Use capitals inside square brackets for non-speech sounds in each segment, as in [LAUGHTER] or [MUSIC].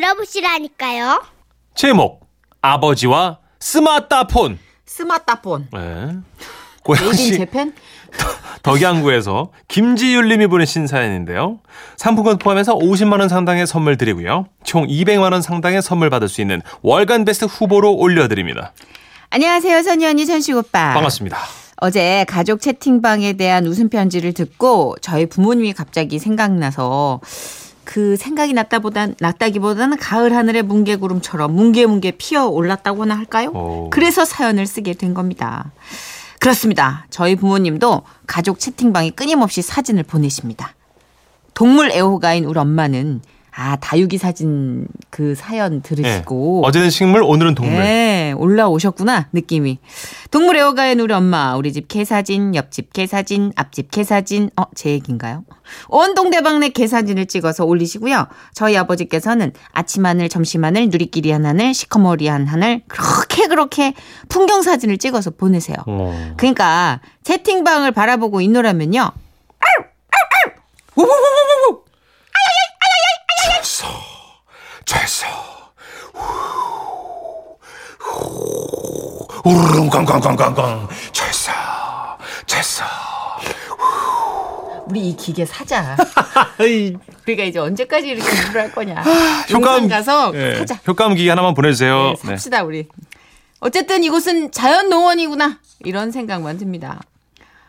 들어보시라니까요. 제목 아버지와 스마트폰 스마트폰. 네. 메이드 인 고양시 재팬? 덕양구에서 김지율님이 보내신 사연인데요. 상품권 포함해서 50만 원 상당의 선물 드리고요. 총 200만 원 상당의 선물 받을 수 있는 월간 베스트 후보로 올려드립니다. 안녕하세요, 선희 언니, 천식 오빠. 반갑습니다. 어제 가족 채팅방에 대한 웃음 편지를 듣고 저희 부모님이 갑자기 생각나서 그 생각이 났다보단 났다기보다는 가을 하늘의 뭉게 구름처럼 뭉게뭉게 피어 올랐다고나 할까요? 오. 그래서 사연을 쓰게 된 겁니다. 그렇습니다. 저희 부모님도 가족 채팅방에 끊임없이 사진을 보내십니다. 동물 애호가인 우리 엄마는 아 다육이 사진 그 네. 사연 들으시고 어제는 식물, 오늘은 동물. 예, 올라오셨구나 느낌이. 동물 애호가인 우리 엄마, 우리 집 개사진, 옆집 개사진, 앞집 개사진, 어, 제 얘기인가요? 온 동대방네 개사진을 찍어서 올리시고요. 저희 아버지께서는 아침 하늘, 점심 하늘, 누리끼리 한 하늘, 시커머리 한 하늘, 그렇게 그렇게 풍경 사진을 찍어서 보내세요. 어. 그러니까 채팅방을 바라보고 있노라면요. 아유, 아유, 아유. 우우우우우우. 철수. 우르릉 꽝꽝꽝꽝꽝 철사 철사 우리 이 [LAUGHS] 기계 사자. 에이, 우리가 이제 언제까지 이렇게 물을 할 거냐. 아, 효과음- 용산 가서 예, 사자. 효과음 기기 하나만 보내주세요 네, 삽시다 우리. 어쨌든 이곳은 자연 농원이구나 이런 생각만 듭니다.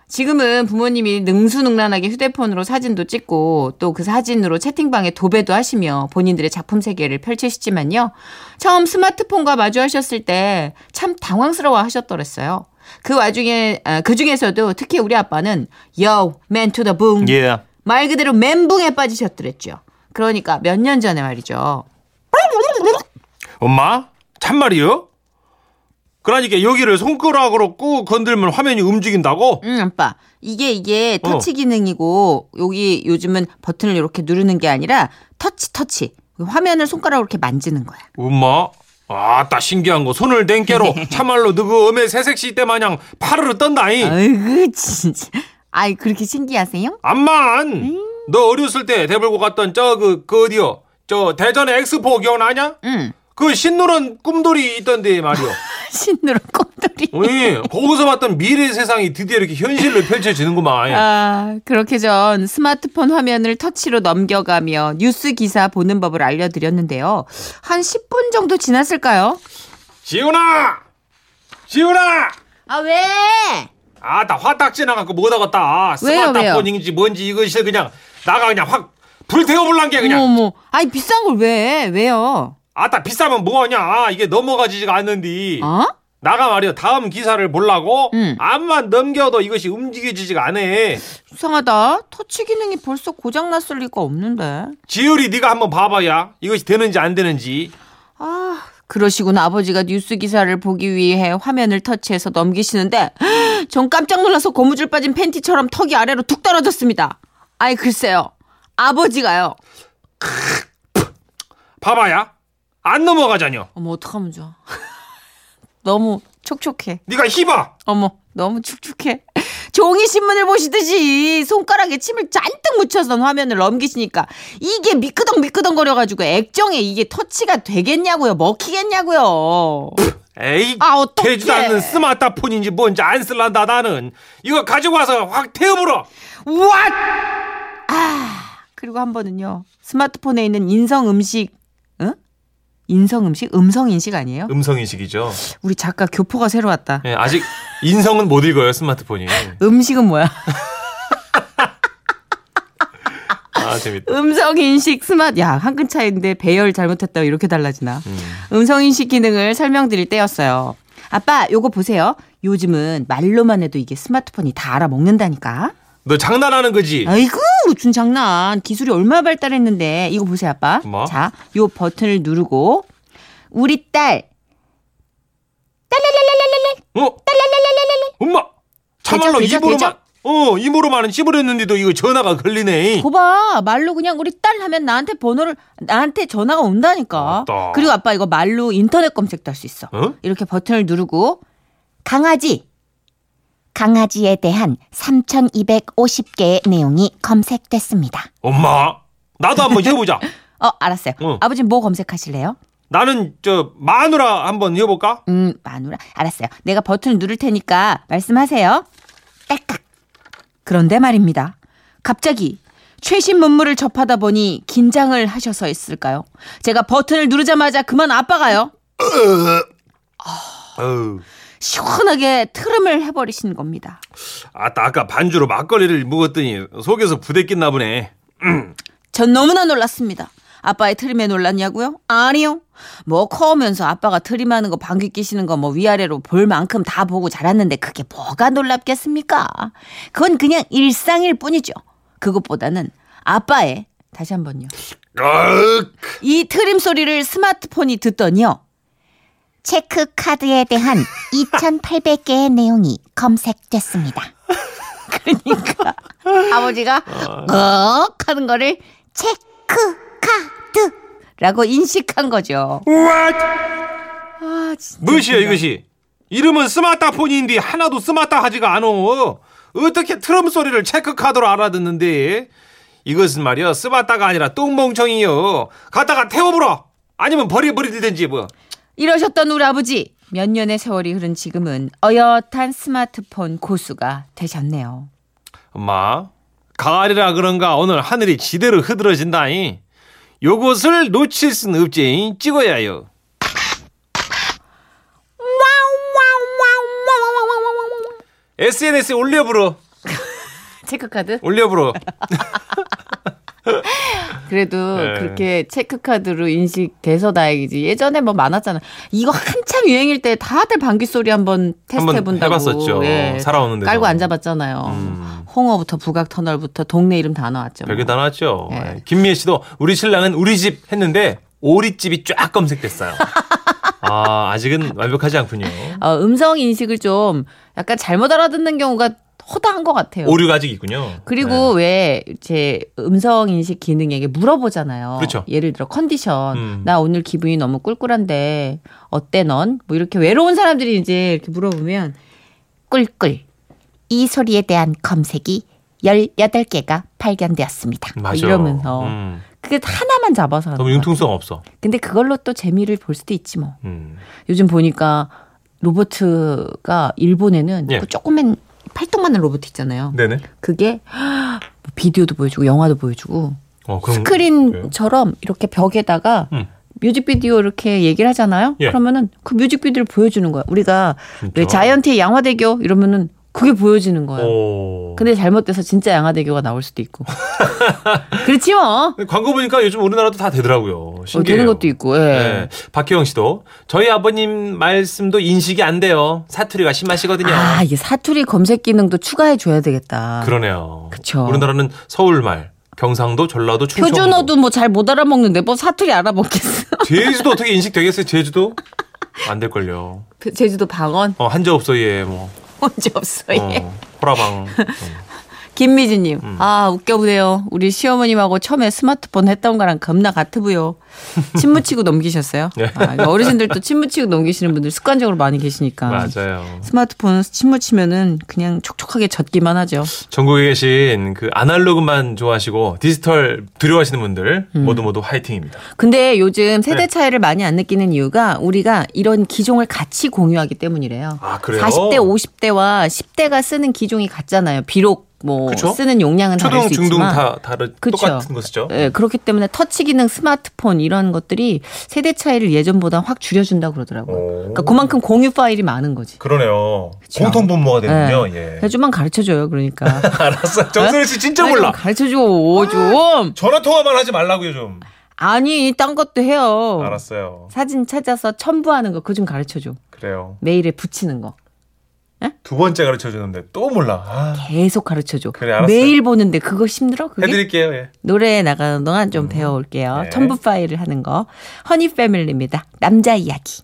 지금은 부모님이 능수능란하게 휴대폰으로 사진도 찍고 또 그 사진으로 채팅방에 도배도 하시며 본인들의 작품 세계를 펼치시지만요. 처음 스마트폰과 마주하셨을 때 참 당황스러워 하셨더랬어요. 그 와중에 아, 그 중에서도 특히 우리 아빠는 yo man to the boom 네. 예. 말 그대로 멘붕에 빠지셨더랬죠. 그러니까 몇 년 전에 말이죠. 엄마? 참말이요? 그러니까 여기를 손가락으로 꾹 건들면 화면이 움직인다고? 응, 아빠. 이게 이게 어. 터치 기능이고 여기 요즘은 버튼을 이렇게 누르는 게 아니라 터치 터치. 화면을 손가락으로 이렇게 만지는 거야. 엄마? 아따 신기한 거 손을 [LAUGHS] 댄께로 참말로 너그 엄의 새색시 때 마냥 파르르 떤다잉 아이고 진짜. 아이 그렇게 신기하세요? 암만 음. 너 어렸을 때 대불고 갔던 저 그 그 어디요 저 대전의 엑스포 기억나냐? 응. 그 신노란 꿈돌이 있던데 말이요 [LAUGHS] 신누른 꽃들이. 예, 거기서 봤던 미래 세상이 드디어 이렇게 현실로 펼쳐지는구만 아, 그렇게 전 스마트폰 화면을 터치로 넘겨가며 뉴스 기사 보는 법을 알려드렸는데요. 한 10분 정도 지났을까요? 지훈아! 지훈아! 아, 왜? 아, 나 화딱 지나갖고 못하겠다. 아, 왜요, 스마트폰인지 뭔지 이것이 그냥 나가 그냥 확 불태워볼란 게 어머, 그냥. 어머. 아니, 비싼 걸 왜? 왜요? 아따 비싸면 뭐하냐. 이게 넘어가지지가 않는디. 어? 나가 말이야. 다음 기사를 보려고 음. 암만 넘겨도 이것이 움직여지지가 않아. 이상하다. 터치 기능이 벌써 고장났을 리가 없는데. 지율이 네가 한번 봐봐야 이것이 되는지 안 되는지. 아, 그러시구나. 아버지가 뉴스 기사를 보기 위해 화면을 터치해서 넘기시는데, [GASPS] 전 깜짝 놀라서 고무줄 빠진 팬티처럼 턱이 아래로 툭 떨어졌습니다. 아이, 글쎄요. 아버지가요. 봐봐야 안 넘어가자뇨. 어머, 어떡하면 좋아. [LAUGHS] 너무 촉촉해. 네가 희봐. 어머, 너무 축축해. [LAUGHS] 종이 신문을 보시듯이 손가락에 침을 잔뜩 묻혀서 화면을 넘기시니까 이게 미끄덩 미끄덩 거려가지고 액정에 이게 터치가 [LAUGHS] 되겠냐고요, 먹히겠냐고요. 에이 아, 어떡해. 되지도 않는 스마트폰인지 뭔지 안 쓸란다 나는. 이거 가지고 와서 확 태워불어. 우와! 아 그리고 한 번은요 스마트폰에 있는 인성 음식, 응? 인성 음식, 음성 인식 아니에요? 음성 인식이죠. 우리 작가 교포가 새로 왔다. 예, 아직 인성은 못 읽어요 스마트폰이. 음식은 뭐야? 아 재밌다. 음성 인식 스마트 야 한 끈 차인데 배열 잘못했다 이렇게 달라지나? 음성 인식 기능을 설명드릴 때였어요. 아빠 요거 보세요. 요즘은 말로만 해도 이게 스마트폰이 다 알아먹는다니까. 너 장난하는 거지? 아이고 우춘 장난 기술이 얼마나 발달했는데 이거 보세요 아빠 뭐? 자요 버튼을 누르고 우리 딸 어? 엄마. 참말로 되죠, 입으로만 되죠? 어 입으로만은 씹으렸는데도 이거 전화가 걸리네. 거봐 말로 그냥 우리 딸 하면 나한테 번호를 나한테 전화가 온다니까 맞다. 그리고 아빠 이거 말로 인터넷 검색도 할 수 있어 어? 이렇게 버튼을 누르고 강아지 강아지에 대한 3,250개의 내용이 검색됐습니다 엄마. 나도 한번 해보자. 어, 알았어요. 어. 아버지 뭐 검색하실래요? 나는 저 마누라 한번 해볼까? 음, 마누라. 알았어요. 내가 버튼을 누를 테니까 말씀하세요. 딸깍. 그런데 말입니다. 갑자기 최신 문물을 접하다 보니 긴장을 하셔서였을까요? 제가 버튼을 누르자마자 그만 아빠가요. 어우, 시원하게 트름을 해버리신 겁니다. 아따 아까 반주로 막걸리를 묵었더니 속에서 부대꼈나 보네. 전 너무나 놀랐습니다. 아빠의 트림에 놀랐냐고요? 아니요. 뭐 커오면서 아빠가 트림하는 거 방귀 끼시는 거 뭐 위아래로 볼 만큼 다 보고 자랐는데 그게 뭐가 놀랍겠습니까? 그건 그냥 일상일 뿐이죠. 그것보다는 아빠의 다시 한번요. 으악! 이 트림 소리를 스마트폰이 듣더니요. 체크카드에 [LAUGHS] 대한 2,800개의 내용이 검색됐습니다. [LAUGHS] 그러니까 아버지가 억 하는 거를 체크카드 라고 인식한 거죠. 아, 진짜 무엇이야 이것이? 이름은 스마트폰인데 하나도 스마트하지가 않어. 어떻게 트럼 소리를 체크카드로 알아듣는데? 이것은 말이야 스마트가 아니라 똥멍청이요. 갖다가 태워버려. 아니면 버리버리든지 뭐. 이러셨던 우리 아버지 몇 년의 세월이 흐른 지금은 어엿한 스마트폰 고수가 되셨네요. 엄마, 가을이라 그런가 오늘 하늘이 지대로 흐드러진다잉. 요것을 놓칠 순 없지잉. 찍어야요. SNS에 올려부러, 체크카드? 올려부러. 그래도 네. 그렇게 체크카드로 인식돼서 다행이지. 예전에 뭐 많았잖아. 이거 한참 유행일 때 다들 방귀 소리 한번 한번 테스트 해본다고. 예. 해봤었죠. 살아오는 데서. 깔고 앉아봤잖아요. 음. 홍어부터 부각 터널부터 동네 이름 다 나왔죠. 별게 다 나왔죠. 예. 네. 김미애 씨도 우리 신랑은 우리 집 했는데 오리집이 쫙 [LAUGHS] 검색됐어요. 아, 아직은 완벽하지 않군요. 어, 음성 인식을 좀 약간 잘못 알아듣는 경우가 허다한 것 같아요. 오류가 아직 있군요. 그리고 네. 왜 제 음성 인식 기능에게 물어보잖아요. 그렇죠. 예를 들어 컨디션. 음. 나 오늘 기분이 너무 꿀꿀한데 어때 넌? 뭐 이렇게 외로운 사람들이 이제 이렇게 물어보면 꿀꿀 이 소리에 대한 검색이 18개가 발견되었습니다. 네. 맞아. 뭐 이러면서. 음, 그게 하나만 잡아서 하는 너무 거야. 융통성 없어. 근데 그걸로 또 재미를 볼 수도 있지 뭐. 음. 요즘 보니까 로봇가 일본에는 예. 그 조그만 팔뚝만한 로봇 있잖아요. 네네. 그게 뭐 비디오도 보여주고 영화도 보여주고 어, 그럼 예. 스크린처럼 이렇게 벽에다가 음. 뮤직비디오 이렇게 얘기를 하잖아요. 예. 그러면은 그 뮤직비디오를 보여주는 거야. 우리가 진짜? 어. 왜 자이언티의 양화대교 이러면은 그게 보여지는 거야. 오. 근데 잘못돼서 진짜 양화대교가 나올 [LAUGHS] 수도 있고. 그렇지 뭐. 근데 광고 보니까 요즘 우리나라도 다 되더라고요. 어, 신기해요. 되는 것도 있고. 예. 네. 박혜영 씨도 저희 아버님 말씀도 인식이 안 돼요. 사투리가 심하시거든요. 아, 이게 사투리 검색 기능도 추가해 줘야 되겠다. 그렇죠. 그러네요. 아, 그쵸. 우리나라는 서울말, 경상도, 전라도, 충청도. 표준어도 뭐 잘 못 알아먹는데 뭐 사투리 알아먹겠어. 제주도 어떻게 인식되겠어요? 제주도? 안 될걸요. 그 제주도 방언 [LAUGHS] 어, 한자 없어예, 뭐. 언제 없어 어, 호라방. 김미진님, 음. 아 웃겨보네요. 우리 시어머님하고 처음에 스마트폰 했던 거랑 [LAUGHS] 겁나 같으고요. 침 묻히고 넘기셨어요? 네. 아, 이거 어르신들도 침 묻히고 넘기시는 분들 습관적으로 많이 계시니까. 맞아요. 스마트폰 침 묻히면은 그냥 촉촉하게 젖기만 하죠. 전국에 계신 그 아날로그만 좋아하시고 디지털 두려워하시는 분들 음. 모두 모두 화이팅입니다. 근데 요즘 네. 세대 차이를 많이 안 느끼는 이유가 우리가 이런 기종을 같이 공유하기 때문이래요. 아, 그래요? 40대, 50대와 10대가 쓰는 기종이 같잖아요. 비록 뭐 그쵸? 쓰는 용량은 다를 초등, 수 중등 있지만 다 다른 그쵸. 똑같은 거 쓰죠. 예, 그렇기 때문에 터치 기능 스마트폰 이런 것들이 세대 차이를 예전보다 확 줄여준다 그러더라고요. 그러니까 그만큼 공유 파일이 많은 거지. 어, 그러네요. 공통 분모가 되는군요. 예. 그래서 좀만 가르쳐줘요, 그러니까. [LAUGHS] 알았어. 정선혜 씨 [LAUGHS] 진짜 아니, 몰라. 좀 가르쳐줘, 좀. 전화 통화만 하지 말라고요 좀. 아니, 딴 것도 해요. 알았어요. 사진 찾아서 첨부하는 거, 그거 좀 가르쳐줘. 그래요. 메일에 붙이는 거. 두 번째 가르쳐 주는데 또 몰라. 아, 계속 가르쳐줘. 그래, 알았어요. 매일 보는데 그거 힘들어? 그게? 해드릴게요. 예. 노래에 나가는 동안 좀 배워올게요. 음. 네. 첨부 파일을 하는 거. 허니 패밀리입니다. 남자 이야기.